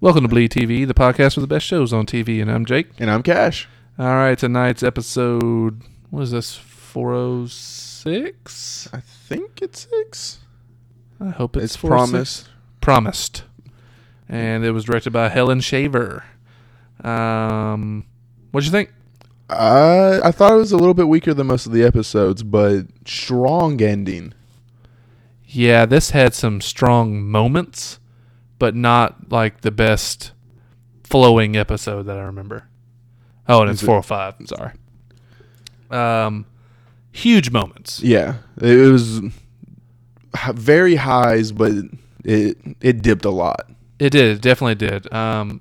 Welcome to Bleed TV, the podcast with the best shows on TV, and I'm Jake. And I'm Cash. All right, tonight's episode, what is this, 406? I think it's six. I hope it's, It's 406. promise. Promised. And it was directed by Helen Shaver. Um, what'd you think? Uh, I I thought it was a little bit weaker than most of the episodes, but strong ending. Yeah, this had some strong moments, but not like the best flowing episode that I remember. Oh, and it's Is it- 405. Sorry. Um, huge moments. Yeah, it was h- very highs, but it it dipped a lot. It did. It definitely did. Um,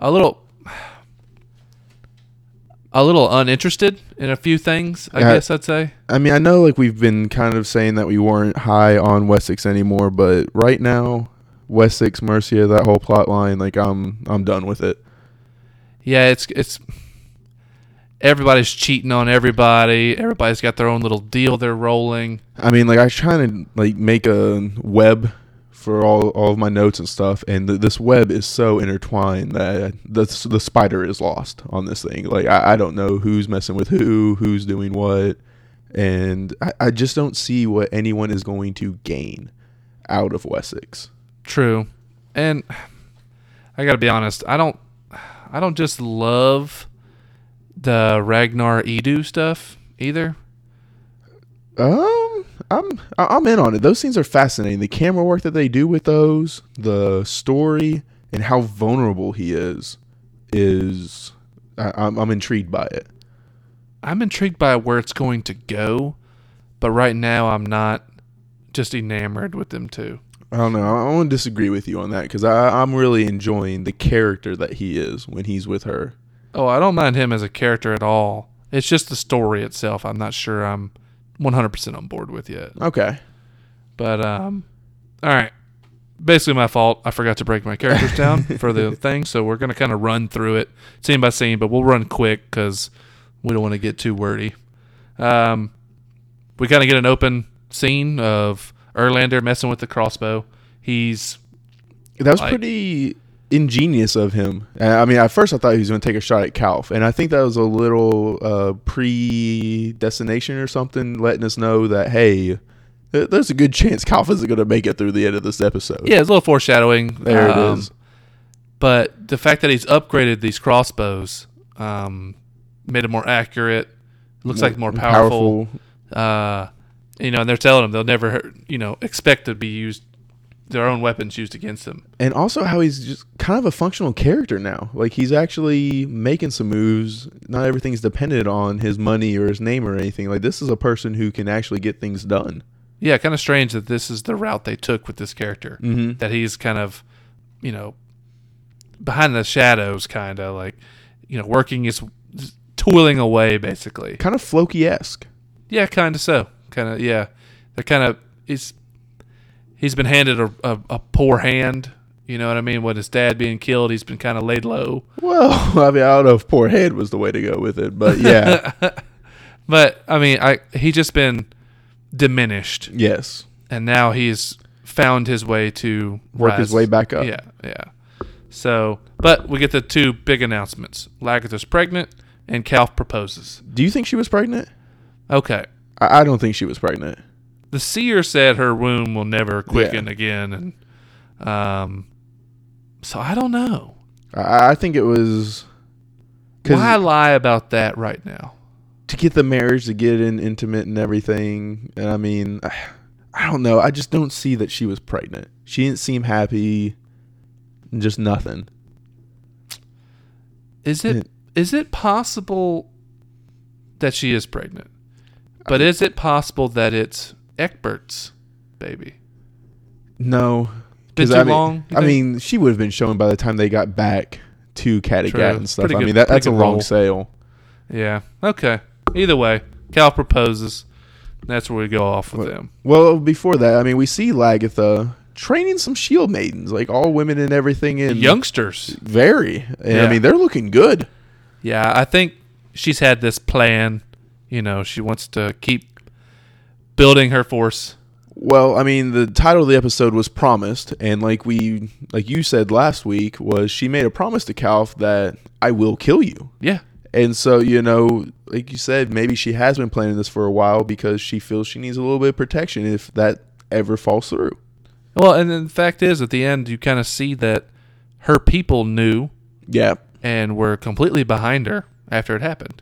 a little, a little uninterested in a few things. I Yeah. guess I'd say. I mean, I know like we've been kind of saying that we weren't high on Wessex anymore, but right now, Wessex, Mercia, that whole plot line, like I'm I'm done with it. Yeah, it's it's everybody's cheating on everybody. Everybody's got their own little deal they're rolling. I mean, like I was trying to like make a web for all, all of my notes and stuff, and th- this web is so intertwined that the s- the spider is lost on this thing. Like I, I don't know who's messing with who, who's doing what, and I, I just don't see what anyone is going to gain out of Wessex. True, and I gotta be honest. I don't I don't just love the Ragnar Edu stuff either. Um, I'm I- I'm in on it. Those scenes are fascinating. The camera work that they do with those, the story, and how vulnerable he is, is I, I'm I'm intrigued by it. I'm intrigued by where it's going to go, but right now I'm not just enamored with them too. I don't know. I, I want to disagree with you on that because I I'm really enjoying the character that he is when he's with her. Oh, I don't mind him as a character at all. It's just the story itself. I'm not sure I'm 100% on board with yet. Okay. But um, all right. Basically, my fault. I forgot to break my characters down for the thing, so we're gonna kind of run through it scene by scene, but we'll run quick because we don't want to get too wordy. Um, we kind of get an open scene of Erlander messing with the crossbow. He's That was Like- pretty ingenious of him. And, I mean, at first I thought he was going to take a shot at Calf, and I think that was a little uh, predestination or something, letting us know that hey, th- there's a good chance Calf isn't going to make it through the end of this episode. yeah, it's a little foreshadowing. there Um, it is. But the fact that he's upgraded these crossbows, um, made it more accurate. Looks like more powerful. uh, you know, and they're telling them they'll never, you know, expect to be used their own weapons used against them. and also how he's just kind of a functional character now. Like he's actually making some moves. Not everything's dependent on his money or his name or anything. Like this is a person who can actually get things done. Yeah, kind of strange that this is the route they took with this character. Mm-hmm. That he's kind of, you know, behind the shadows, kind of like, you know, working his toiling away basically. Kind of Floki esque. Yeah, kind of so. Kind of yeah. They're kind of he's he's been handed a, a, a poor hand. You know what I mean? With his dad being killed, he's been kind of laid low. Well, I mean, I don't know if poor head was the way to go with it, but yeah, But I mean, I he just been diminished, yes, and now he's found his way to work his rise. way back up. Yeah, yeah. So, but we get the two big announcements: Lagatha's pregnant, and Calf proposes. Do you think she was pregnant? Okay. I, I don't think she was pregnant. The seer said her womb will never quicken again, and um, so I don't know I, I think it was 'cause why lie about that right now. to get the marriage to get in intimate and everything. And I mean, I don't know. I just don't see that she was pregnant. She didn't seem happy. Just nothing. Is it is It- it possible that she is pregnant? But is it possible that it's Eckbert's baby? No. Been 'Cause too I mean, long. you I think? mean, she would have been shown by the time they got back True. to Kattegat and stuff. Pretty I good- mean, that, pretty that's a good long role. sale. yeah. Okay. Either way, Cal proposes. That's where we go off with What- them. Well, before that, I mean, we see Lagatha training some shield maidens, like all women and everything. In Youngsters. very, and Yeah. I mean, they're looking good. Yeah, I think she's had this plan. You know, she wants to keep building her force. Well, I mean, the title of the episode was promised, and like we, like you said last week, was she made a promise to Calf that I will kill you, Yeah. and so you know, like you said, maybe she has been planning this for a while because she feels she needs a little bit of protection if that ever falls through. Well, and then the fact is, at the end, you kind of see that her people knew Yeah. and were completely behind her after it happened.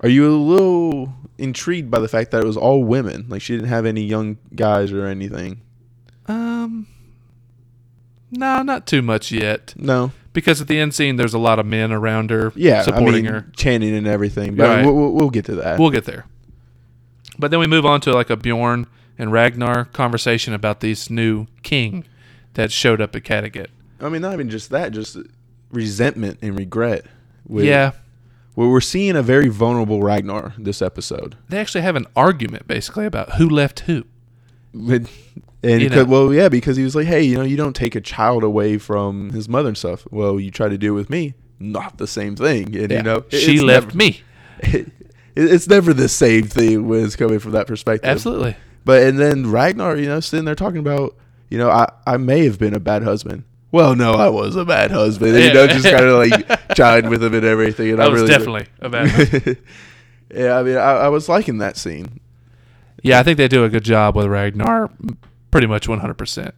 Are you a little intrigued by the fact that it was all women? Like she didn't have any young guys or anything. Um, no, not too much yet, No. because at the end scene, there's a lot of men around her, Yeah, supporting I mean, her. chanting and everything. But Right. we'll, we'll, we'll get to that. We'll get there. But then we move on to like a Bjorn and Ragnar conversation about this new king that showed up at Kattegat. I mean, not even just that, just resentment and regret. With, yeah, Well, we're seeing a very vulnerable Ragnar this episode. they actually have an argument basically about who left who. But- And You because- know. well, yeah, because he was like, "Hey, you know, you don't take a child away from his mother and stuff. Well, you try to do it with me, not the same thing. And you know, it- she it's left never- me. it- it's never the same thing when it's coming from that perspective. Absolutely. But and then Ragnar, you know, sitting there talking about, you know, I, I may have been a bad husband. Well, no, I was a bad husband. And, You know, just kind of like chide with him and everything. And That I was really definitely a bad one. definitely. yeah, I mean, I, I was liking that scene. Yeah, I think they do a good job with Ragnar, m- pretty much 100%.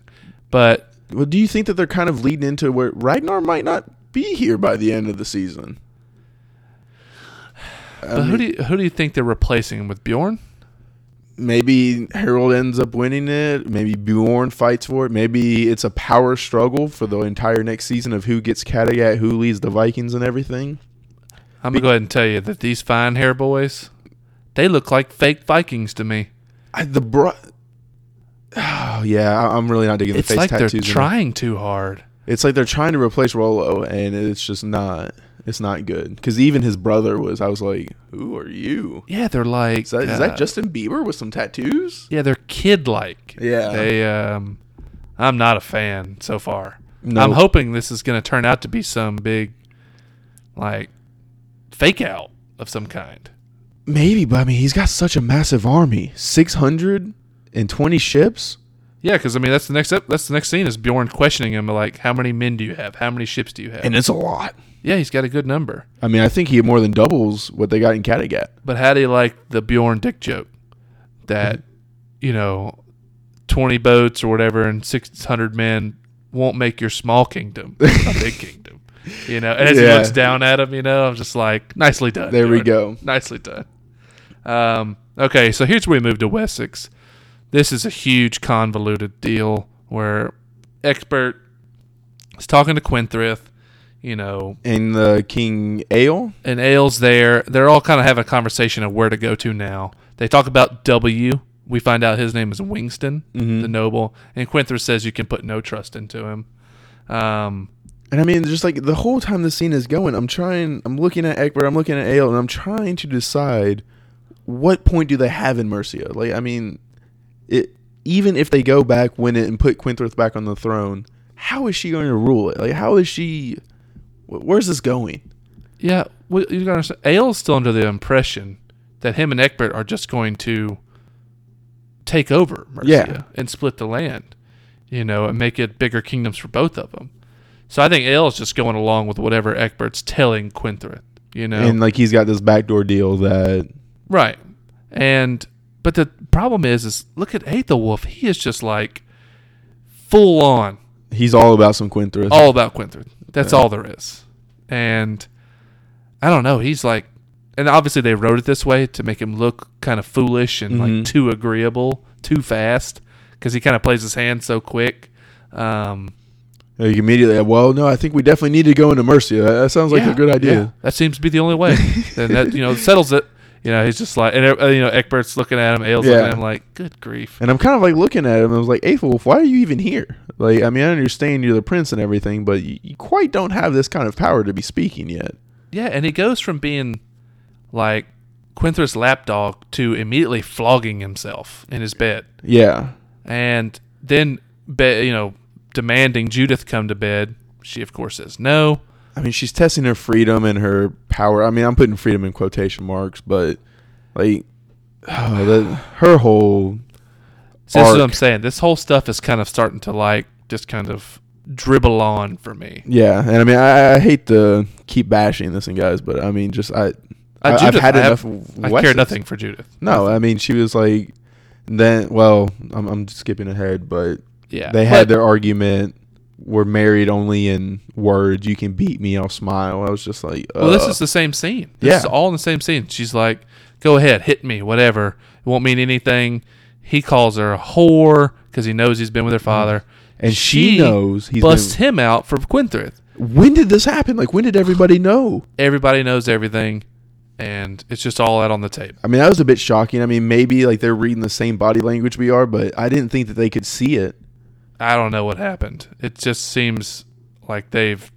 But Well, do you think that they're kind of leading into where Ragnar might not be here by the end of the season? I but who mean, do you, who do you think they're replacing him with Bjorn? maybe Harold ends up winning it. Maybe Bjorn fights for it. Maybe it's a power struggle for the entire next season of who gets Kattegat, who leads the Vikings, and everything. I'm gonna go ahead and tell you that these fine hair boys, they look like fake Vikings to me. I, the bro. Oh yeah, I- I'm really not digging It's the face like they're tattoos. in it. trying too hard. It's like they're trying to replace Rolo, and it's just not. It's not good because even his brother was. I was like, "Who are you? Yeah, they're like Is that, is uh, that Justin Bieber with some tattoos?" Yeah, they're kid like. Yeah. They um I'm not a fan so far. No. I'm hoping this is gonna turn out to be some big like fake out of some kind. Maybe, but I mean, he's got such a massive army six hundred and twenty ships. Yeah, because I mean that's the next up that's the next scene is Bjorn questioning him like how many men do you have? How many ships do you have? and it's a lot. yeah, he's got a good number. I mean, I think he more than doubles what they got in Kattegat. But how do you like the Bjorn dick joke that you know twenty boats or whatever and six hundred men won't make your small kingdom a big kingdom? You know, and as he Yeah. looks down at him, you know, I'm just like, nicely done. There we Bjorn. go. Nicely done. Um, okay, so here's where we move to Wessex. This is a huge convoluted deal where expert is talking to Quinthrith. You know, And uh, King Ale. and Ailes there. They're all kind of having a conversation of where to go to now. They talk about W. We find out his name is Wingston, Mm-hmm. the noble, and Quinther says you can put no trust into him. Um, And I mean, just like the whole time the scene is going, I'm trying, I'm looking at Egbert, I'm looking at Ale, and I'm trying to decide what point do they have in Mercia. Like, I mean, it even if they go back, win it, and put Quinthrith back on the throne, how is she going to rule it? Like, how is she? wh- Where's this going? yeah, well, you gotta understand. Ailes still under the impression that him and Egbert are just going to take over Mercia and split the land, you know, and make it bigger kingdoms for both of them. So I think Ailes just going along with whatever Egbert's telling Quinthrith, you know. And like, he's got this backdoor deal that Right. And but the problem is is look at Aethelwolf. He is just like full on he's all about some Quinthrith. all about Quinthrith. That's all there is. And I don't know, he's like and obviously they wrote it this way to make him look kind of foolish and like Mhm. too agreeable, too fast cuz he kind of plays his hand so quick. Um Like immediately, well, no, I think we definitely need to go into Mercia. That, that sounds like yeah, a good idea. yeah, that seems to be the only way. and that you know settles it. You know, he's just like and uh, you know Eckbert's looking at him, Ailes looking Yeah. at him like good grief. And I'm kind of like looking at him. and I was like, Aethelwolf, why are you even here? Like, I mean, I understand you're the prince and everything, but you, you quite don't have this kind of power to be speaking yet. Yeah, and he goes from being like Quinthra's lapdog to immediately flogging himself in his bed, Yeah. and then be, you know demanding Judith come to bed. She of course says no. I mean, she's testing her freedom and her power. I mean, I'm putting freedom in quotation marks, but like, oh, the, her whole So this is what arc. I'm saying. This whole stuff is kind of starting to like just kind of dribble on for me. Yeah, and I mean, I, I hate to keep bashing this and guys, but I mean, just I, Uh, I I've Judith, had I enough. have- I care Wessons. nothing for Judith. No, I mean, she was like, then. Well, I'm I'm skipping ahead, but Yeah, they had But their argument. We're married only in words. You can beat me, I'll smile. I was just like, uh, well, this is the same scene. This yeah. is all in the same scene. She's like, "Go ahead, hit me, whatever. It won't mean anything." He calls her a whore because he knows he's been with her father, and she, knows Mm-hmm. he's. busts Been, him out for Quinthrith. when did this happen? Like, when did everybody know? Everybody knows everything, and it's just all out on the tape. I mean, that was a bit shocking. I mean, maybe like they're reading the same body language we are, but I didn't think that they could see it. I don't know what happened. It just seems like they've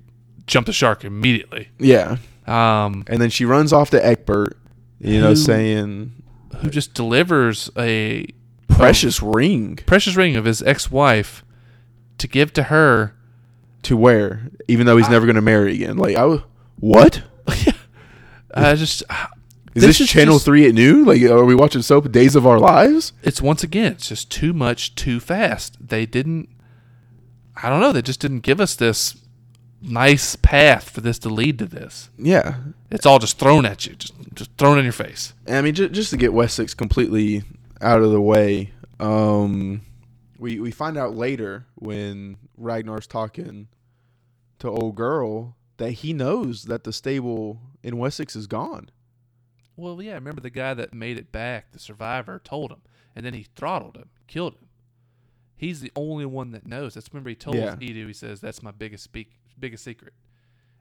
jumped the shark immediately. Yeah, Um, and then she runs off to Egbert, you know, Who- saying who just delivers a precious ring precious ring of his ex-wife to give to her. to wear, even though he's never going to marry again. Like, I was, what I just is This this, is Channel just- Three at noon? Like, are we watching soap Days of Our Lives? it's once again, it's just too much, too fast. They didn't. I don't know. They just didn't give us this nice path for this to lead to this. Yeah, It's all just thrown at you, just just thrown in your face. And I mean, just, just to get Wessex completely out of the way, um, we we find out later when Ragnar's talking to old girl that he knows that the stable in Wessex is gone. Well, yeah, remember the guy that made it back, the survivor, told him, and then he throttled him, killed him. He's the only one that knows. That's remember he told Yeah. Edu. He says that's my biggest speak, biggest secret,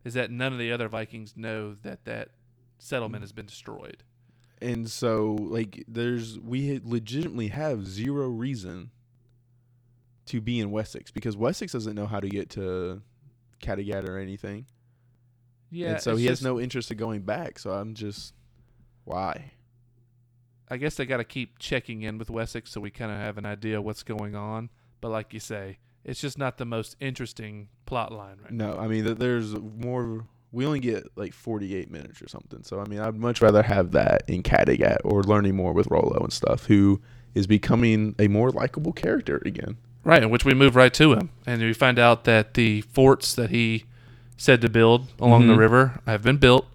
is that none of the other Vikings know that that settlement has been destroyed. And so, like, there's we legitimately have zero reason to be in Wessex because Wessex doesn't know how to get to Kattegat or anything, Yeah, and so he has no interest in going back. So I'm just, why? I guess they got to keep checking in with Wessex so we kind of have an idea what's going on. But like you say, it's just not the most interesting plot line right now. No, I mean, th- there's more. We only get like 48 minutes or something. So, I mean, I'd much rather have that in Kattegat or learning more with Rolo and stuff, who is becoming a more likable character again. Right, in which we move right to him, and we find out that the forts that he said to build along the Mhm. river have been built.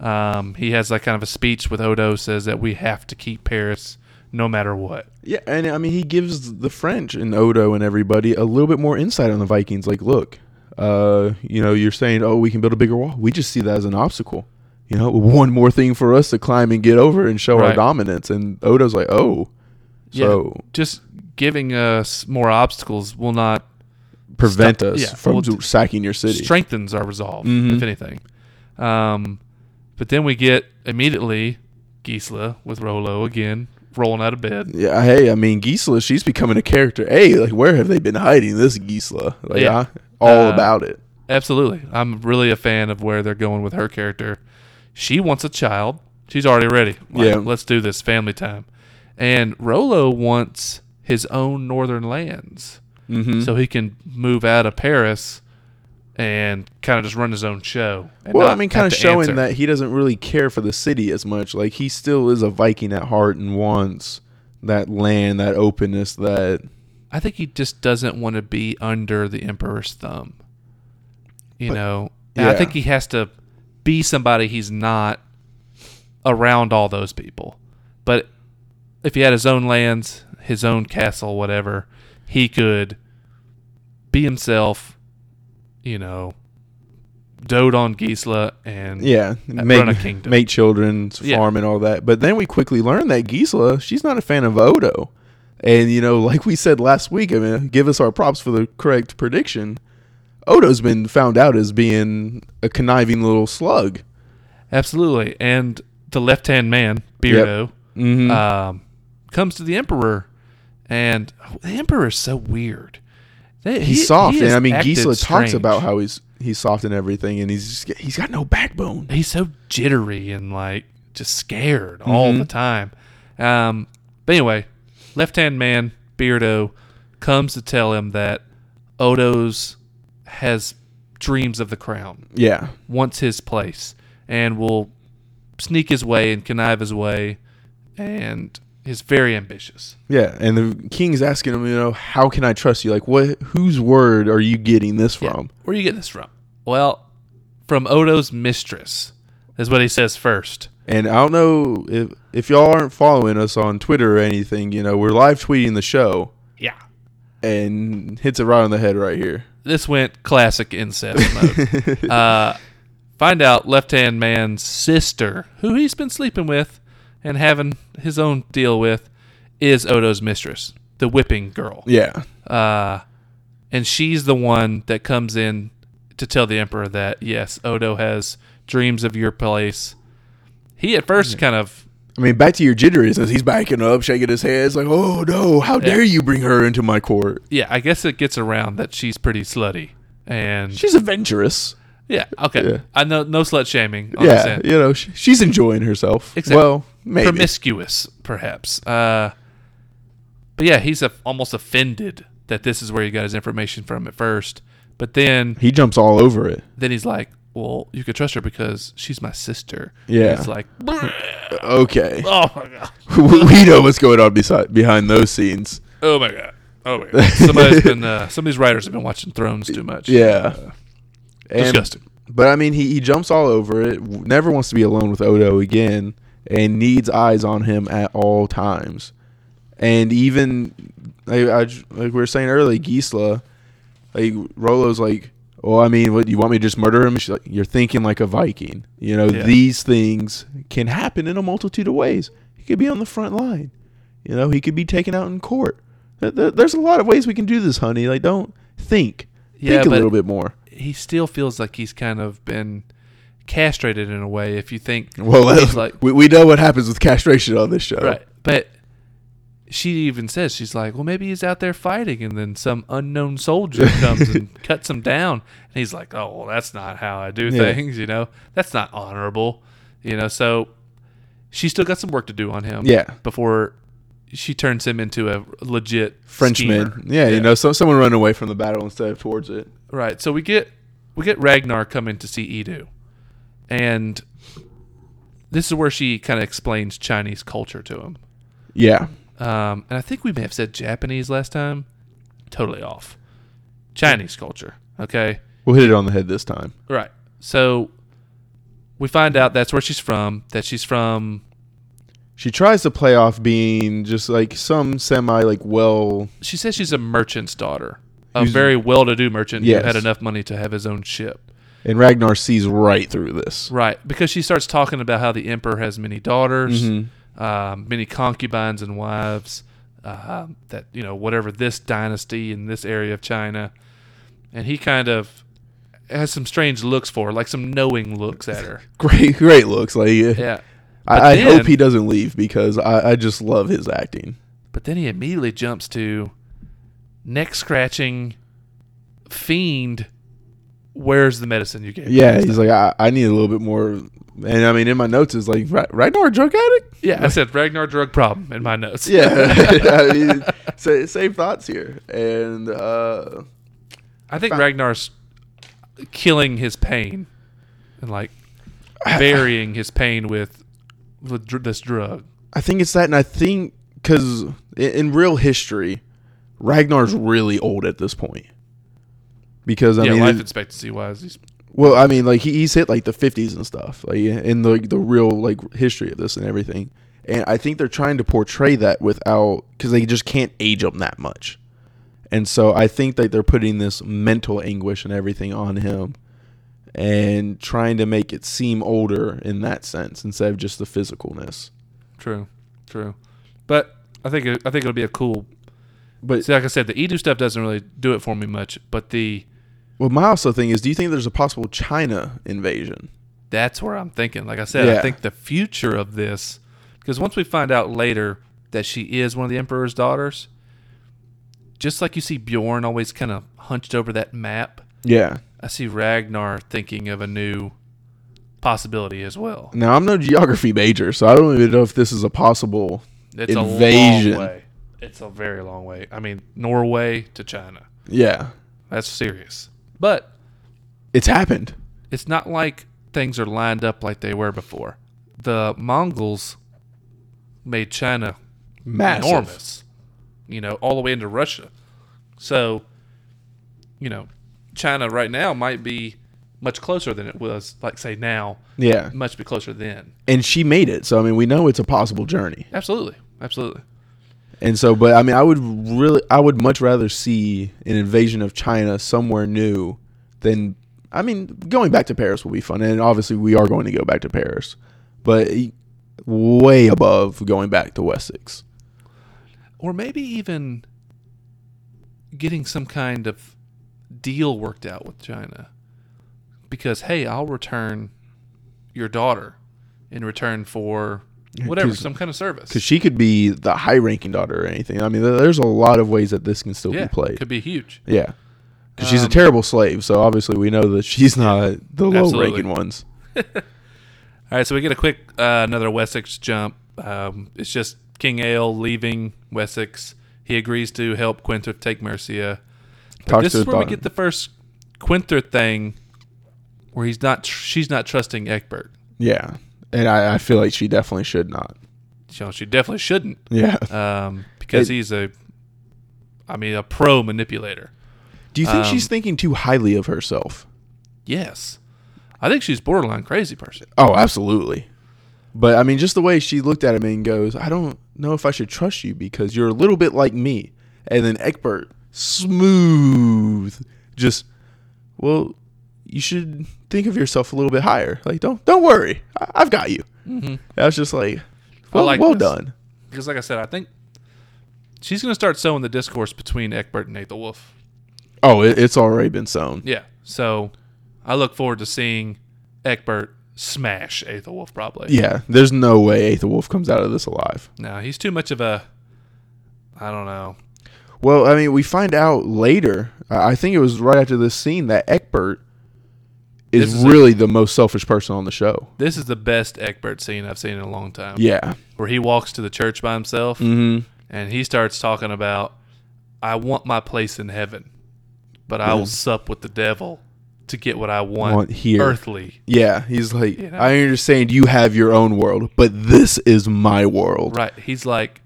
Um, he has like kind of a speech with Odo says that we have to keep Paris no matter what. Yeah, and I mean, he gives the French and Odo and everybody a little bit more insight on the Vikings. Like, look, uh, you know, you're saying, oh, we can build a bigger wall. We just see that as an obstacle. You know, one more thing for us to climb and get over and show Right. our dominance. And Odo's like, oh, Yeah. so Just giving us more obstacles will not prevent Stop- us yeah, from well, d- sacking your city. strengthens our resolve, Mhm. if anything. Um, but then we get immediately Gisla with Rolo again rolling out of bed. Yeah, hey, I mean Gisela, she's becoming a character. Hey, like where have they been hiding this Gisela? Like Yeah. I, all Uh, about it. Absolutely. I'm really a fan of where they're going with her character. She wants a child. She's already ready. Like, Yeah. Let's do this family time. And Rolo wants his own northern lands Mm-hmm. so he can move out of Paris and kind of just run his own show. and well, not I mean, have kind of to showing answer. that he doesn't really care for the city as much. Like he still is a Viking at heart and wants that land, that openness, that I think he just doesn't want to be under the emperor's thumb. You But- know, And I yeah. think he has to be somebody he's not around all those people. But if he had his own lands, his own castle, whatever, he could be himself. You know, dote on Gisla and yeah, Run make a kingdom. make children, Yeah. farm and all that. But then we quickly learn that Gisela, she's not a fan of Odo. And you know, like we said last week, I mean, give us our props for the correct prediction. Odo's been found out as being a conniving little slug. absolutely. And the left hand man Beardo Mm-hmm. um, comes to the emperor, and the emperor is so weird. They- he's he- soft, he and has I mean, acted Gisela talks strange. about how he's he's soft and everything, and he's just, he's got no backbone. he's so jittery and like just scared all Mhm. the time. Um, but anyway, left hand man Beardo comes to tell him that Odo's has dreams of the crown, Yeah, wants his place, and will sneak his way and connive his way and is very ambitious. Yeah, and the king's asking him, you know, how can I trust you? Like, what? Whose word are you getting this from? Where are you getting this from? Well, from Odo's mistress is what he says first. And I don't know if if y'all aren't following us on Twitter or anything. You know, we're live tweeting the show, Yeah. and hits it right on the head right here. This went classic incest mode. uh, find out left hand man's sister, who he's been sleeping with and having his own deal with, is Odo's mistress, the whipping girl. Yeah, Uh, and she's the one that comes in to tell the emperor that yes, Odo has dreams of your place. He at first kind of I mean, back to your jitteriness. He's backing up, shaking his head. It's like, oh no, how dare you bring her into my court? yeah, I guess it gets around that she's pretty slutty. And She's adventurous. yeah, okay. Yeah. I know no slut shaming on this yeah, end. you know, sh she's enjoying herself. Exact- Well, maybe. Promiscuous, perhaps. Uh but yeah, he's a, almost offended that this is where he got his information from at first. But then he jumps all over it. then he's like, Well, you could trust her because she's my sister. Yeah. It's like Uh, Okay, Oh my god. we know what's going on beside, behind those scenes. Oh my god. Oh my god. Somebody's been uh, some of these writers have been watching Thrones too much. Yeah. And- Disgusting. But I mean, he, he jumps all over it, w- never wants to be alone with Odo again, and needs eyes on him at all times. And even, I, I j- like we were saying earlier, Gisla, like Rolo's like, well, I mean, what you want me to just murder him? She's like, you're thinking like a Viking. You know, Yeah. these things can happen in a multitude of ways. He could be on the front line. You know, he could be taken out in court. There- there- There's a lot of ways we can do this, honey. Like, don't think. Yeah, think a but- little bit more. He still feels like he's kind of been castrated in a way. If you think, Well, uh, he's like we, we know what happens with castration on this show. right, but she even says she's like, well, maybe he's out there fighting, and then some unknown soldier comes and cuts him down, and he's like, oh, well, that's not how I do Yeah. things, you know, that's not honorable, you know. So she's still got some work to do on him. Yeah. before she turns him into a legit Frenchman. schemer. Yeah, you know, so, someone running away from the battle instead of towards it. Right. So we get we get Ragnar coming to see Edu, and this is where she kind of explains Chinese culture to him. Yeah. Um, and I think we may have said Japanese last time. Totally off. Chinese culture. Okay. We'll hit it on the head this time. Right. So we find out that's where she's from. That she's from. She tries to play off being just like some semi, like, well, She says she's a merchant's daughter, a Who's- very well-to-do merchant Yes. who had enough money to have his own ship. and Ragnar sees right through this. Right, Mm-hmm. because she starts talking about how the emperor has many daughters, Mhm. um, many concubines and wives. Uh, that you know, whatever this dynasty in this area of China, and he kind of has some strange looks for, her, like some knowing looks at her. Great, great looks. Like, Yeah, But I, I then- hope he doesn't leave because I, I just love his acting. but then he immediately jumps to neck scratching fiend. Where's the medicine you gave? me?" Yeah, he's like, I, I need a little bit more. And I mean, in my notes, it's like, "Ra- Ragnar, a drug addict? yeah. I said Ragnar drug problem in my notes. Yeah. I mean, sa- same thoughts here. And, uh,. I think Ragnar's killing his pain and like burying his pain with the dr- this drug. I think it's that, and I think because in, in real history, Ragnar's really old at this point. Because I yeah, mean, life expectancy wise, he's well, I mean, like he, he's hit like the fifties and stuff, like in the the real like history of this and everything. And I think they're trying to portray that without because they just can't age him that much. And so I think that they're putting this mental anguish and everything on him, and trying to make it seem older in that sense instead of just the physicalness. true, true. But I think it, I think it'll be a cool. But See, like I said, the Edu stuff doesn't really do it for me much, but the Well, my also thing is, do you think there's a possible China invasion? that's where I'm thinking. Like I said, I Yeah. think the future of this, because once we find out later that she is one of the Emperor's daughters, just like you see Bjorn always kind of hunched over that map, Yeah. I see Ragnar thinking of a new possibility as well. Now I'm no geography major, so I don't even know if this is a possible. It's a Invasion. long way. It's a very long way. I mean, Norway to China. Yeah, That's serious. But it's happened. it's not like things are lined up like they were before. The Mongols made China Massive. enormous, you know, all the way into Russia. So, you know, China right now might be much closer than it was, like, say, now, Yeah. much be closer then. And she made it. So, I mean, we know it's a possible journey. Absolutely. Absolutely. And so, but I mean, I would really, I would much rather see an invasion of China somewhere new than, I mean, going back to Paris will be fun. And obviously, we are going to go back to Paris, but way above going back to Wessex. Or maybe even getting some kind of deal worked out with China. Because, hey, I'll return your daughter in return for whatever, 'cause- some kind of service. Because she could be the high ranking daughter or anything. I mean, there- there's a lot of ways that this can still yeah, be played. could be huge. yeah. 'Cause she's a Um, terrible slave. So obviously, we know that she's not the low Absolutely. ranking ones. All right, so we get a quick uh, another Wessex jump. Um, it's just King Ale leaving Wessex. He agrees to help Quinter take Mercia. But Talks this to is the where we daughter. get the first Quinter thing, where he's not. Tr- she's not trusting Egbert. Yeah. And I, I feel like she definitely should not. So she definitely shouldn't, Yeah. um, because It- he's a, I mean, a pro manipulator. Do you Um, think she's thinking too highly of herself? Yes, I think she's borderline crazy person. Oh, absolutely. But I mean, just the way she looked at him and goes, I don't know if I should trust you because you're a little bit like me. And then Egbert, smooth, just, well, you should think of yourself a little bit higher. Like, don't don't worry, I, I've got you. Mhm. I was just like, well, like well this. done. Because, like I said, I think she's going to start sowing the discourse between Egbert and Aethelwulf. Wolf. Oh, it, it's already been sown. Yeah. So I look forward to seeing Egbert smash Aethelwolf probably. Yeah, there's no way Aether Wolf comes out of this alive. No, he's too much of a I don't know. Well, I mean, we find out later. I I think it was right after this scene that Egbert is, This is really the most selfish person on the show. This is the best Egbert scene I've seen in a long time. Yeah. Where he walks to the church by himself Mm-hmm. and he starts talking about I want my place in heaven, but I will sup with the devil to get what I want, Want here. earthly. Yeah. He's like, You know? I understand you have your own world, but this is my world. Right. He's like,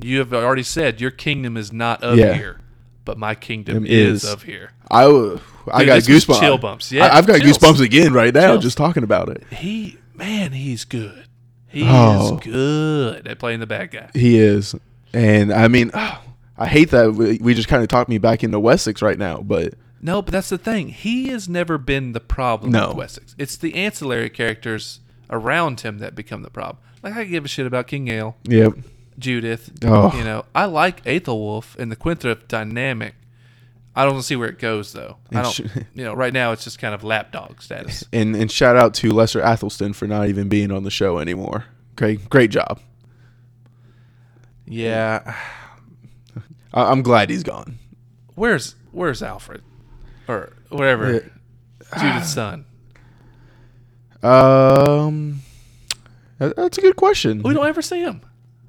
You have already said your kingdom is not of Yeah. here, but my kingdom It is is. of here. I, w- I Dude, got this was goosebumps. chill bumps. Yeah, I, have got chills. goosebumps again right now Chills. just talking about it. He man, he's good. He Oh. is good at playing the bad guy. He is. And I mean, I hate that we, we just kind of talked me back into Wessex right now, but No, but that's the thing. He has never been the problem No. with Wessex. It's the ancillary characters around him that become the problem. Like I give a shit about King Ale, yeah. Judith. Oh. You know, I like Aethelwulf and the Quinthrop dynamic. I don't see where it goes though. I It don't. should- You know, right now it's just kind of lapdog status. and and shout out to Lesser Athelston for not even being on the show anymore. Great, great job. Yeah. I, I'm glad he's gone. Where's Where's Alfred, or whatever Uh, Judith's son? Um, that- that's a good question. We don't ever see him.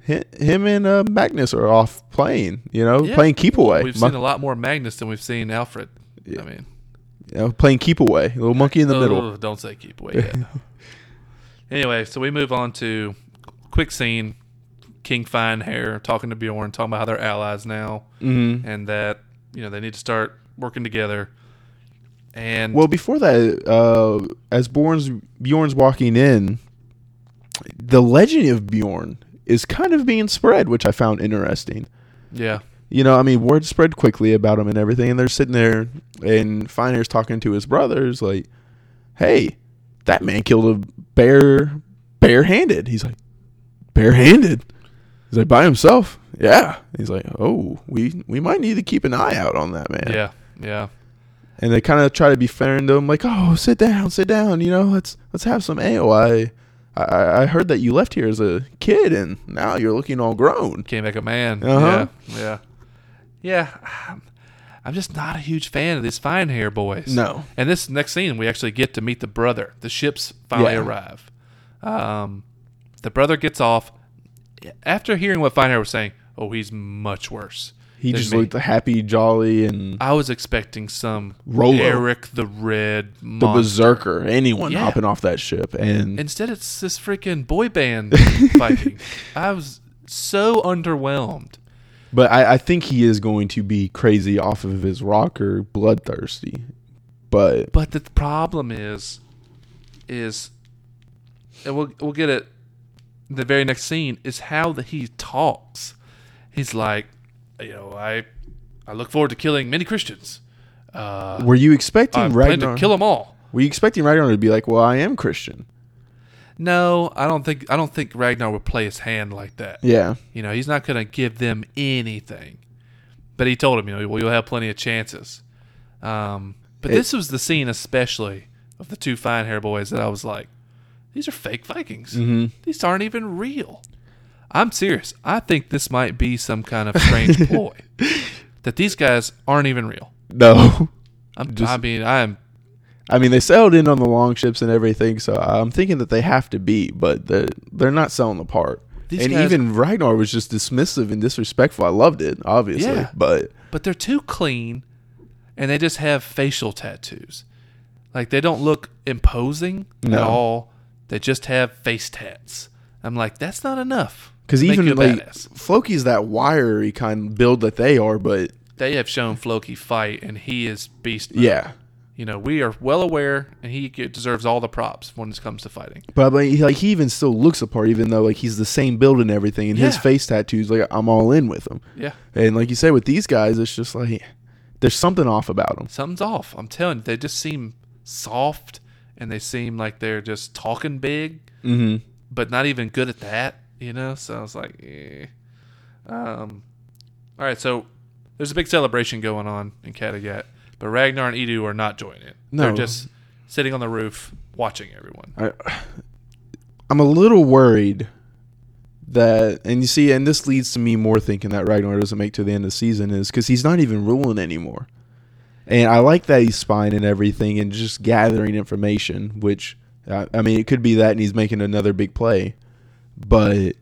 Hi- Him and uh, Magnus are off playing. You know, Yeah. playing keep away. We've Mon- seen a lot more Magnus than we've seen Alfred. I mean, you know, playing keep away. Little monkey in the middle. oh, don't say keep away yet. anyway, so we move on to quick scene. King Fine Hair talking to Bjorn, talking about how they're allies now, Mm-hmm. and that you know they need to start working together. And Well, before that, uh, as Bjorn's Bjorn's walking in, the legend of Bjorn is kind of being spread, which I found interesting. yeah, you know, I mean, word spread quickly about him and everything, and they're sitting there, and Finer's talking to his brothers, like, "Hey, that man killed a bear, barehanded." He's like, "Barehanded?" He's like, "By himself?" Yeah. He's like, "Oh, we we might need to keep an eye out on that man." yeah, yeah, And they kind of try to be fair to him, like, "Oh, sit down, sit down. You know, let's let's have some ale. I I, I heard that you left here as a kid, and now you're looking all grown." came back a man. Uh-huh. Yeah, yeah, yeah. I'm just not a huge fan of these Fine Hair boys. No. And this next scene, we actually get to meet the brother. The ships finally Yeah. arrive. Um, the brother gets off. After hearing what Finehair was saying, oh, he's much worse. He than just me. looked happy, jolly, and I was expecting some Rolo. Eric the Red the monster. berserker, anyone Yeah. hopping off that ship, and, Instead, it's this freaking boy band Viking. I was so underwhelmed. But I, I think he is going to be crazy off of his rocker, bloodthirsty. But But the problem is, is, and we'll we'll get it. in The very next scene is how that he talks. He's like, you know, I, I look forward to killing many Christians. Uh, were you expecting I plan to Ragnar? kill them all. were you expecting Ragnar to be like, "Well, I am Christian"? No, I don't think I don't think Ragnar would play his hand like that. Yeah, You know, he's not going to give them anything. But he told him, you know, well, you'll have plenty of chances. Um, but It- this was the scene, especially of the two fine hair boys, that I was like, these are fake Vikings. Mm-hmm. These aren't even real. I'm serious. I think this might be some kind of strange ploy that these guys aren't even real. no. I'm, Just- I mean, I'm I mean, they sailed in on the long ships and everything, so I'm thinking that they have to be, but they're, they're not selling the part. These and guys- even Ragnar was just dismissive and disrespectful. I loved it, obviously, Yeah. but but they're too clean and they just have facial tattoos. Like they don't look imposing at No. all. They just have face tats. I'm like, that's not enough. because to make you even a like badass. Floki's that wiry kind of build that they are, but they have shown Floki fight and he is beast. mode. yeah. You know, we are well aware and he get- deserves all the props when it comes to fighting. But like, he- like he even still looks apart, even though like he's the same build and everything, and his Yeah. face tattoos. Like I'm all in with him, Yeah. and like you said with these guys, it's just like there's something off about them. Something's off. I'm telling you, they just seem soft and they seem like they're just talking big, Mm-hmm. but not even good at that, you know? So I was like, eh. Um, all right, so there's a big celebration going on in Kattegat, but Ragnar and Edu are not joining it. They're No. just sitting on the roof watching everyone. I, I'm a little worried that, and you see, and this leads to me more thinking that Ragnar doesn't make to the end of the season is because he's not even ruling anymore. And I like that he's spying and everything and just gathering information, which, I, I mean, it could be that and he's making another big play. But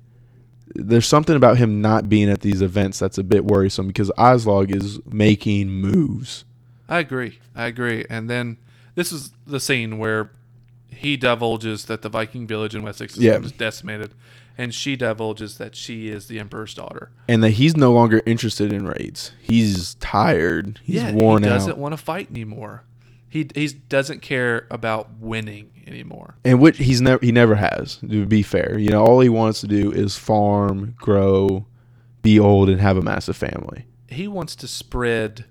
there's something about him not being at these events that's a bit worrisome because Oslog is making moves. I agree. I agree. And then this is the scene where he divulges that the Viking village in Wessex is Yeah. decimated, and she divulges that she is the Emperor's daughter. And that he's no longer interested in raids. He's tired. He's worn he out. doesn't want to fight anymore. He he doesn't care about winning anymore. and which he's never he never has to be fair you know all he wants to do is farm grow be old and have a massive family He wants to spread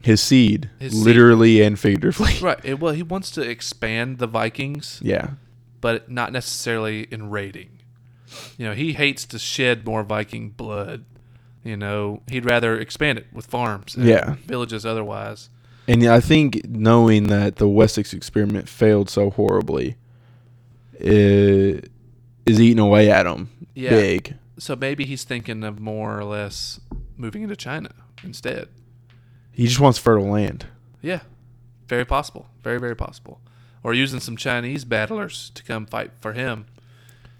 his seed His seed. literally and figuratively right. eh, Well, he wants to expand the Vikings, yeah but not necessarily in raiding. You know, he hates to shed more Viking blood. You know, he'd rather expand it with farms, and Yeah. villages otherwise. and i think knowing that the wessex experiment failed so horribly it is eating away at him Yeah. big So maybe he's thinking of more or less moving into China instead. he just wants fertile land Yeah, very possible. Very very possible. Or using some Chinese battlers to come fight for him.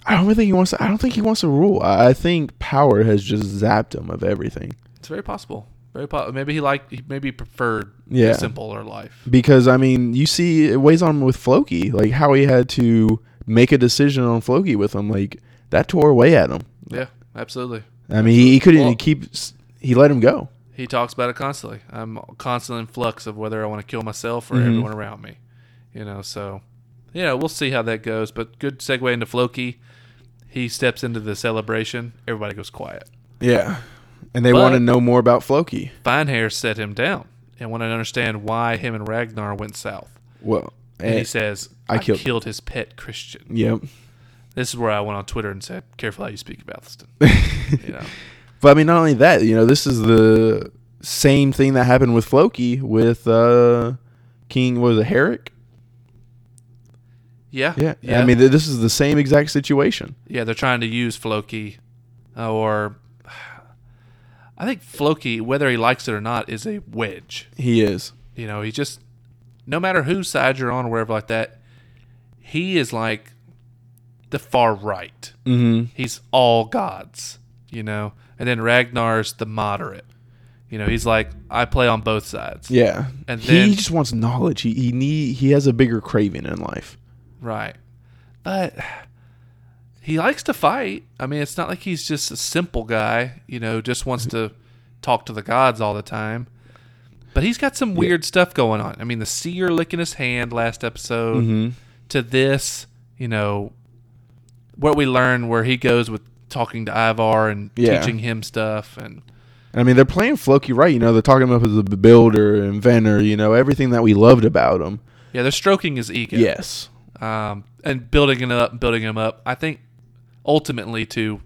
i don't really think he wants to, i don't think he wants to rule i I think power has just zapped him of everything It's very possible. Very po- maybe he liked. He maybe preferred Yeah. a simpler life. because I mean, you see, it weighs on him with Floki, like how he had to make a decision on Floki with him, like that tore away at him. Yeah, absolutely. I mean, he, he couldn't Well- keep. s- He let him go. He talks about it constantly. I'm constantly in flux of whether I want to kill myself or Mhm. everyone around me. You know, so yeah, we'll see how that goes. But good segue into Floki. He steps into the celebration. Everybody goes quiet. Yeah, and they But- want to know more about Floki. Finehair set him down and wanted to understand why him and Ragnar went south. Well, And he and, says, I I, killed- killed. his pet Christian. yep. This is where I went on Twitter and said, careful how you speak about this. You know, But I mean, not only that, you know, this is the same thing that happened with Floki with uh, King. What was it Herrick? yeah, Yeah. I mean, th- this is the same exact situation. yeah, they're trying to use Floki, uh, or I think Floki, whether he likes it or not, is a wedge. He is. You know, he just, no matter whose side you're on or wherever like that, he is like the far right. Mm-hmm. he's all gods, you know. And then Ragnar's the moderate. You know, he's like I play on both sides. Yeah. And he then- just wants knowledge. He he need, he has a bigger craving in life. Right. But he likes to fight. I mean, it's not like he's just a simple guy, you know, just wants to talk to the gods all the time. But he's got some weird stuff going on. I mean, the seer licking his hand last episode to this, you know, what we learn where he goes with talking to Ivar and Yeah. teaching him stuff and I mean, they're playing Floki right. You know, they're talking about him as a builder, inventor. You know, everything that we loved about him. yeah, they're stroking his ego. Yes. um, and building it up, building him up. I think ultimately to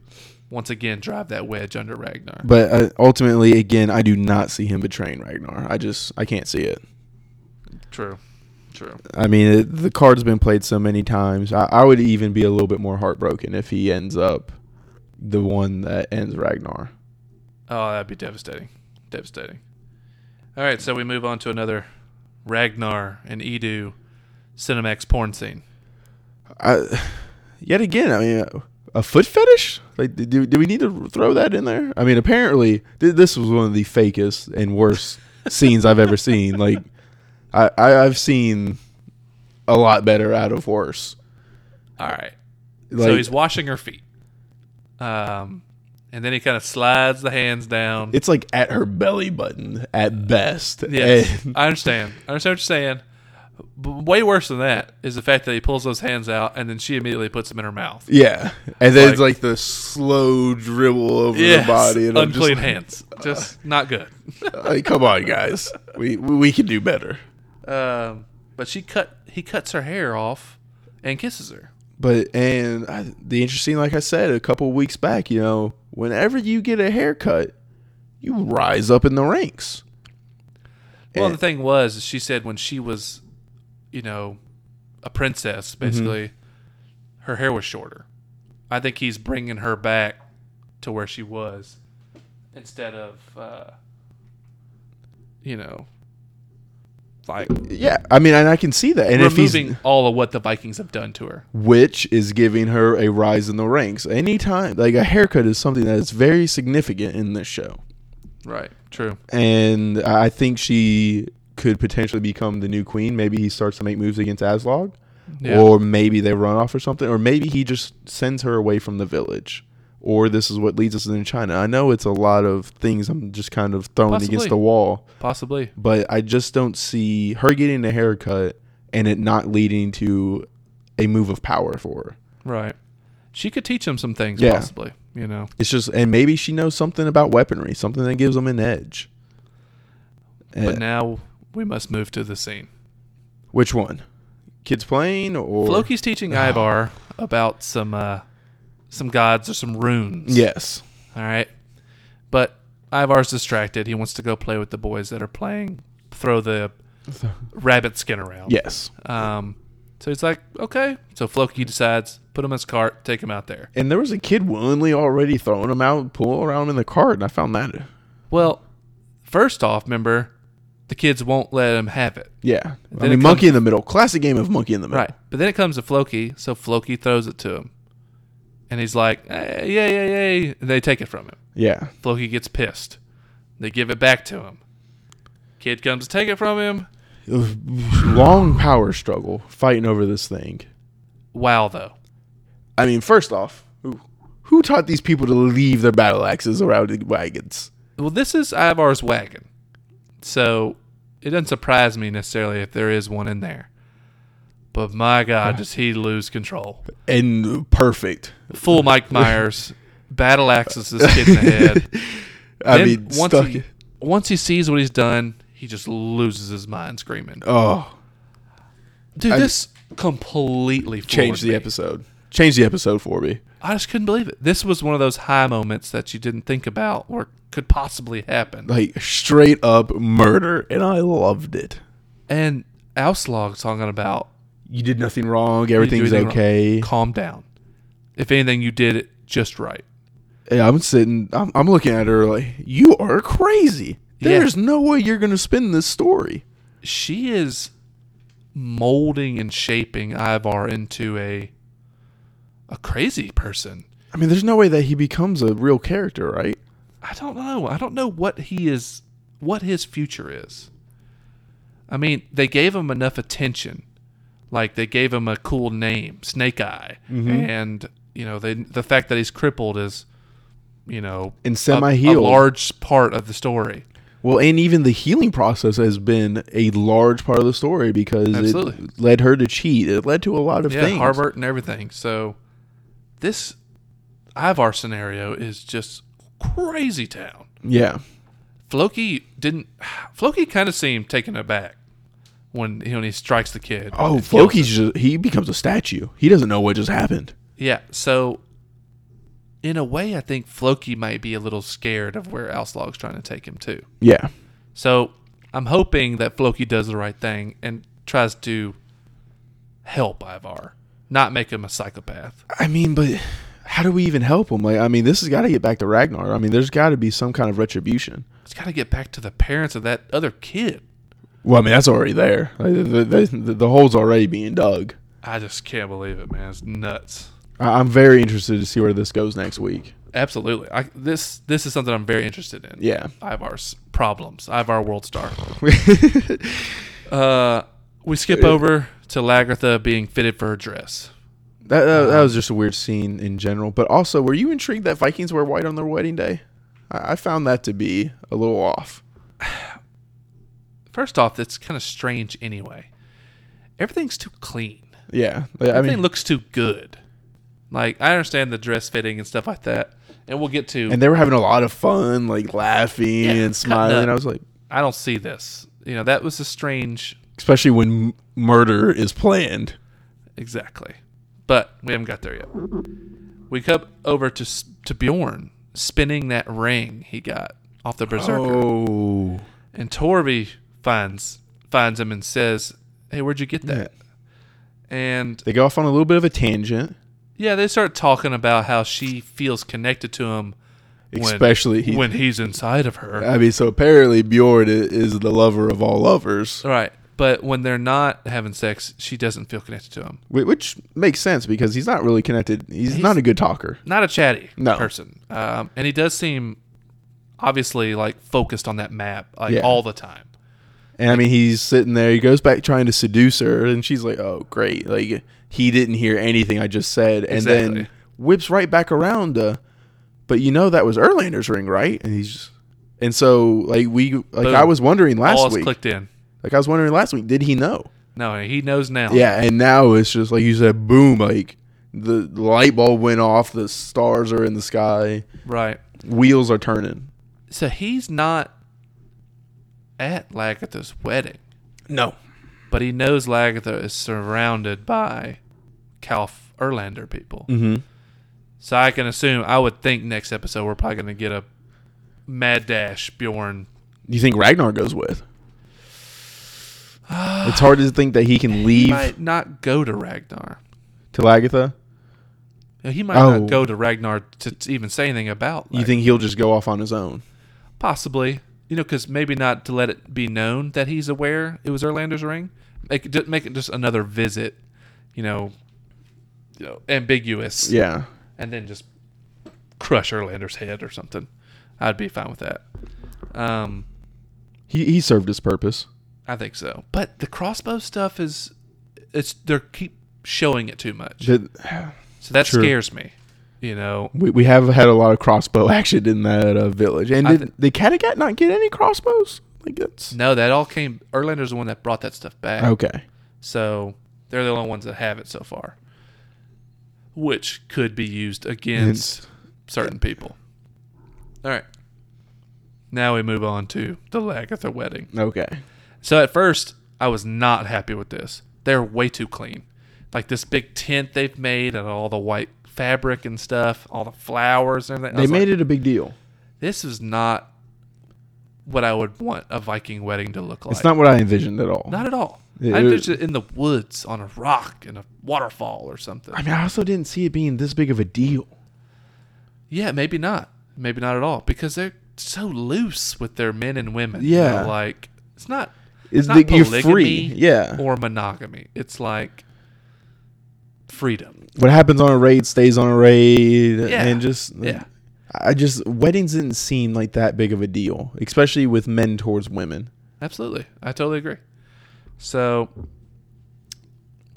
once again drive that wedge under Ragnar. But uh, ultimately, again, I do not see him betraying Ragnar. I just, I can't see it. True, true. I mean, it, the card's been played so many times. I, I would even be a little bit more heartbroken if he ends up the one that ends Ragnar. Oh, that'd be devastating, devastating. All right, so we move on to another Ragnar and Edu Cinemax porn scene. I, yet again, I mean, a, foot fetish? Like, do, do we need to throw that in there? I mean, apparently, th- this was one of the fakest and worst scenes I've ever seen. Like, I, I, I've seen a lot better out of worse. All right, Like, so he's washing her feet, um, and then he kind of slides the hands down. it's like at her belly button at best. Yes, And- I understand. I understand what you're saying. But way worse than that is the fact that he pulls those hands out and then she immediately puts them in her mouth. yeah. And then it's Like- like the slow dribble over Yes, the body. And I'm just unclean like, hands. Just not good. like, come on, guys. We, we, we can do better. Um, but she cut. He cuts her hair off and kisses her. But and I, the interesting, like I said a couple weeks back, you know, whenever you get a haircut, you rise up in the ranks. Well, Yeah. the thing was, is she said when she was, you know, a princess, Mm-hmm. basically, her hair was shorter. I think he's bringing her back to where she was instead of, uh, you know, like Yeah, I mean, and I can see that. And if removing he's all of what the Vikings have done to her. which is giving her a rise in the ranks, anytime like a haircut is something that is very significant in this show, Right. True. and I think she could potentially become the new queen. Maybe he starts to make moves against Aslog. Yeah. Or maybe they run off or something. Or maybe he just sends her away from the village. Or this is what leads us into China. I know it's a lot of things I'm just kind of throwing Possibly. against the wall, Possibly. but I just don't see her getting a haircut and it not leading to a move of power for her. Right. She could teach him some things, Yeah. possibly. You know. It's just, and maybe she knows something about weaponry, something that gives them an edge. Eh, But now we must move to the scene. which one? Kids playing or Loki's teaching Ivar about some uh, some gods or some runes. Yes. All right. But Ivar's distracted. He wants to go play with the boys that are playing, throw the rabbit skin around. Yes. Um, so he's like, okay. So Floki decides, put him in his cart, take him out there. And there was a kid willingly already throwing them out, pulling around in the cart, and I found that. Well, first off, remember, the kids won't let him have it. Yeah. I then it mean, Monkey in the Middle. Classic game of Monkey in the Middle. Right. But then it comes to Floki, so Floki throws it to him. And he's like, hey, yay, yay, yay. And they take it from him. Yeah. Floki gets pissed. They give it back to him. Kid comes to take it from him. It was Long power struggle fighting over this thing. Wow, though. I mean, first off, who, who taught these people to leave their battle axes around in wagons? Well, this is Ivar's wagon. So it doesn't surprise me necessarily if there is one in there. But my God, does he lose control? And perfect. Full Mike Myers, battle axes this kid in the head. I Then mean, once stuck. he once he sees what he's done, he just loses his mind screaming. oh, Dude, I- this completely change floored the me. episode. Change the episode for me. I just couldn't believe it. This was one of those high moments that you didn't think about or could possibly happen. Like straight up murder, and I loved it. And Auslog talking about You did nothing wrong. Everything's anything wrong. okay. calm down. If anything, you did it just right. Yeah, I'm sitting. I'm, I'm looking at her like you are crazy. Yeah. There's no way you're gonna spin this story. She is molding and shaping Ivar into a a crazy person. I mean, there's no way that he becomes a real character, right? I don't know. I don't know what he is, what his future is. I mean, they gave him enough attention. Like they gave him a cool name, Snake Eye, and you know, they the fact that he's crippled is, you know, and a, semi a healed. large part of the story. well, and even the healing process has been a large part of the story because Absolutely. it led her to cheat. It led to a lot of yeah, things. Harbert and everything. So this Ivar scenario is just crazy town. Yeah, Floki didn't. Floki kind of seemed taken aback when he, when he strikes the kid. and Oh, kills him. Floki's just, he becomes a statue. He doesn't know what just happened. Yeah. So, in a way, I think Floki might be a little scared of where Alslog's trying to take him to. Yeah. So, I'm hoping that Floki does the right thing and tries to help Ivar, not make him a psychopath. I mean, but how do we even help him? Like, I mean, this has got to get back to Ragnar. I mean, there's got to be some kind of retribution. It's got to get back to the parents of that other kid. Well, I mean, that's already there. Like, the, the, the, the hole's already being dug. I just can't believe it, man. It's nuts. I, I'm very interested to see where this goes next week. Absolutely. I, this this is something I'm very interested in. Yeah. Ivar's problems. Ivar World Star. Uh, we skip over to Lagartha being fitted for her dress. That, that, that was just a weird scene in general. But also, were you intrigued that Vikings wear white on their wedding day? I, I found that to be a little off. First off, that's kind of strange anyway. Everything's too clean. Yeah, like, I Everything mean, looks too good. Like I understand the dress fitting and stuff like that, and we'll get to. and they were having a lot of fun, like laughing Yeah, cutting and smiling. up. I was like, I don't see this. You know that was a strange. especially when m- murder is planned. Exactly, but we haven't got there yet. We come over to S- to Bjorn spinning that ring he got off the berserker. Oh, And Torby finds finds him and says, "Hey, where'd you get that?" And they go off on a little bit of a tangent, yeah, they start talking about how she feels connected to him, when- especially he. when he's inside of her. I mean, so apparently Bjorn i- is the lover of all lovers, All right, but when they're not having sex, she doesn't feel connected to him. whi- which makes sense because he's not really connected. He's, not a good talker. Not a chatty No. person, um, and he does seem obviously like focused on that map like Yeah. all the time. And I mean, he's sitting there. He goes back trying to seduce her, and she's like, "Oh, great! Like he didn't hear anything I just said," and then Exactly. whips right back around. Uh, but you know that was Erlander's ring, right? And he's just, and so like we like I was wondering last all is week. clicked in. Like I was wondering last week, did he know? No, he knows now. Yeah, and now it's just like you said, boom! Like the the light bulb went off. The stars are in the sky. right. Wheels are turning. So he's not at Lagatha's wedding. No. but he knows Lagatha is surrounded by Calf Erlander people. Mm-hmm. So I can assume, I would think next episode we're probably going to get a Mad Dash Bjorn. You think Ragnar goes with? it's hard to think that he can He leave might not go to Ragnar. to Lagatha. He might Oh. not go to Ragnar to, to even say anything about. you Lag- think he'll just go off on his own? possibly? You know, because maybe not to let it be known that he's aware it was Erlander's ring. Make it, ju- make it just another visit. You know, you know, ambiguous. Yeah. and then just crush Erlander's head or something. I'd be fine with that. Um, He he served his purpose. I think so. But the crossbow stuff is, it's they keep showing it too much, Did- so that True. scares me. You know, We, we have had a lot of crossbow action in that uh, village. And I did, thi- did Kattegat not get any crossbows? Like that's no, that all came. Erlander's the one that brought that stuff back, okay. so they're the only ones that have it so far, which could be used against It's- certain people. All right. Now we move on to the Lagatha wedding. okay. So at first, I was not happy with this. They're way too clean. Like this big tent they've made and all the white fabric and stuff, all the flowers and everything. They made it a big deal. This is not what I would want a Viking wedding to look like. It's not what I envisioned at all. Not at all. It- I it- envisioned it in the woods on a rock in a waterfall or something. I mean, I also didn't see it being this big of a deal. Yeah, maybe not. Maybe not at all because they're so loose with their men and women. Yeah. like it's not. It's not that you're polygamy free. Yeah. or monogamy. It's like freedom. What happens on a raid stays on a raid, and just yeah, I just weddings didn't seem like that big of a deal, especially with men towards women. absolutely. I totally agree. So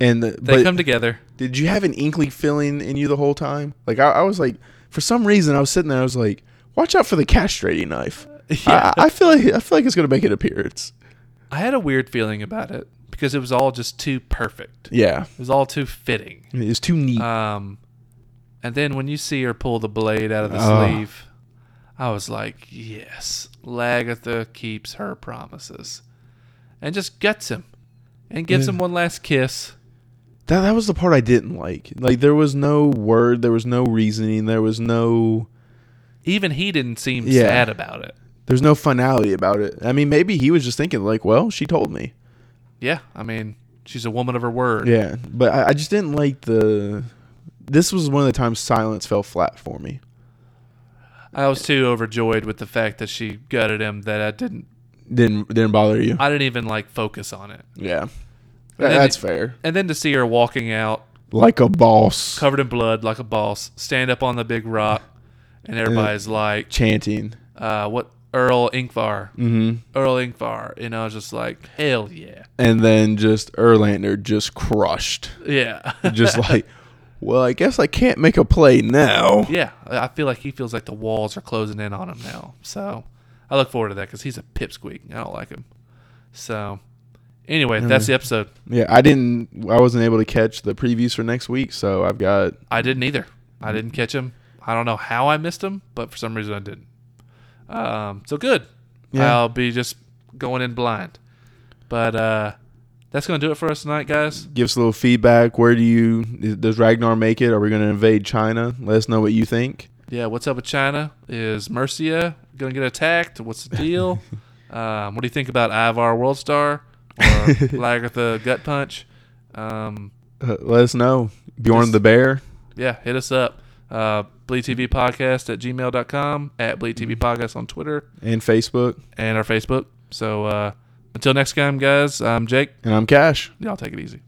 And the, They but come together. did you have an inkling feeling in you the whole time? Like I, I was like, for some reason, I was sitting there. I was like, watch out for the castrating knife. Yeah. I, I feel like I feel like it's gonna make an appearance. I had a weird feeling about it because it was all just too perfect. It Yeah, was all too fitting. it's too neat. Um, and then when you see her pull the blade out of the Oh. sleeve, I was like, yes, Lagatha keeps her promises, and just guts him, and gives him one last kiss. that that was the part I didn't like. Like there was no word, there was no reasoning, there was no Even he didn't seem Yeah. sad about it. there's no finality about it. I mean, maybe he was just thinking like, well, she told me. Yeah, I mean, she's a woman of her word. Yeah, but I, I just didn't like the. This was one of the times silence fell flat for me. I was too overjoyed with the fact that she gutted him that I didn't. Didn't didn't bother you? I didn't even like focus on it. yeah, then that's it- fair. And then to see her walking out Like a boss covered in blood like a boss, stand up on the big rock, and everybody's like, chanting. uh, what Earl Inkvar, Mm-hmm. Earl Inkvar, and I was just like, hell yeah, And then just Erlander just crushed. yeah, Just like, well, I guess I can't make a play now. yeah. I feel like he feels like the walls are closing in on him now, so I look forward to that because he's a pipsqueak. I don't like him. So anyway, that's the episode. Yeah, I didn't. I wasn't able to catch the previews for next week, so I've got. I didn't either. I didn't catch him. I don't know how I missed him, but for some reason I didn't. Um, so good. Yeah. I'll be just going in blind. But uh, that's gonna do it for us tonight, guys. Give us a little feedback. Where do you does Ragnar make it? Are we going to invade China? Let us know what you think. Yeah, what's up with China? Is Mercia gonna get attacked? What's the deal? um, what do you think about Ivar Worldstar or Lagartha Gut Punch? Um, Uh, let us know. Bjorn Just- the Bear. yeah, hit us up. Uh, Bleed TV Podcast at gmail.com, at Bleed TV Podcast on Twitter and Facebook. and our Facebook. So uh, until next time, guys, I'm Jake. And I'm Cash. Y'all take it easy.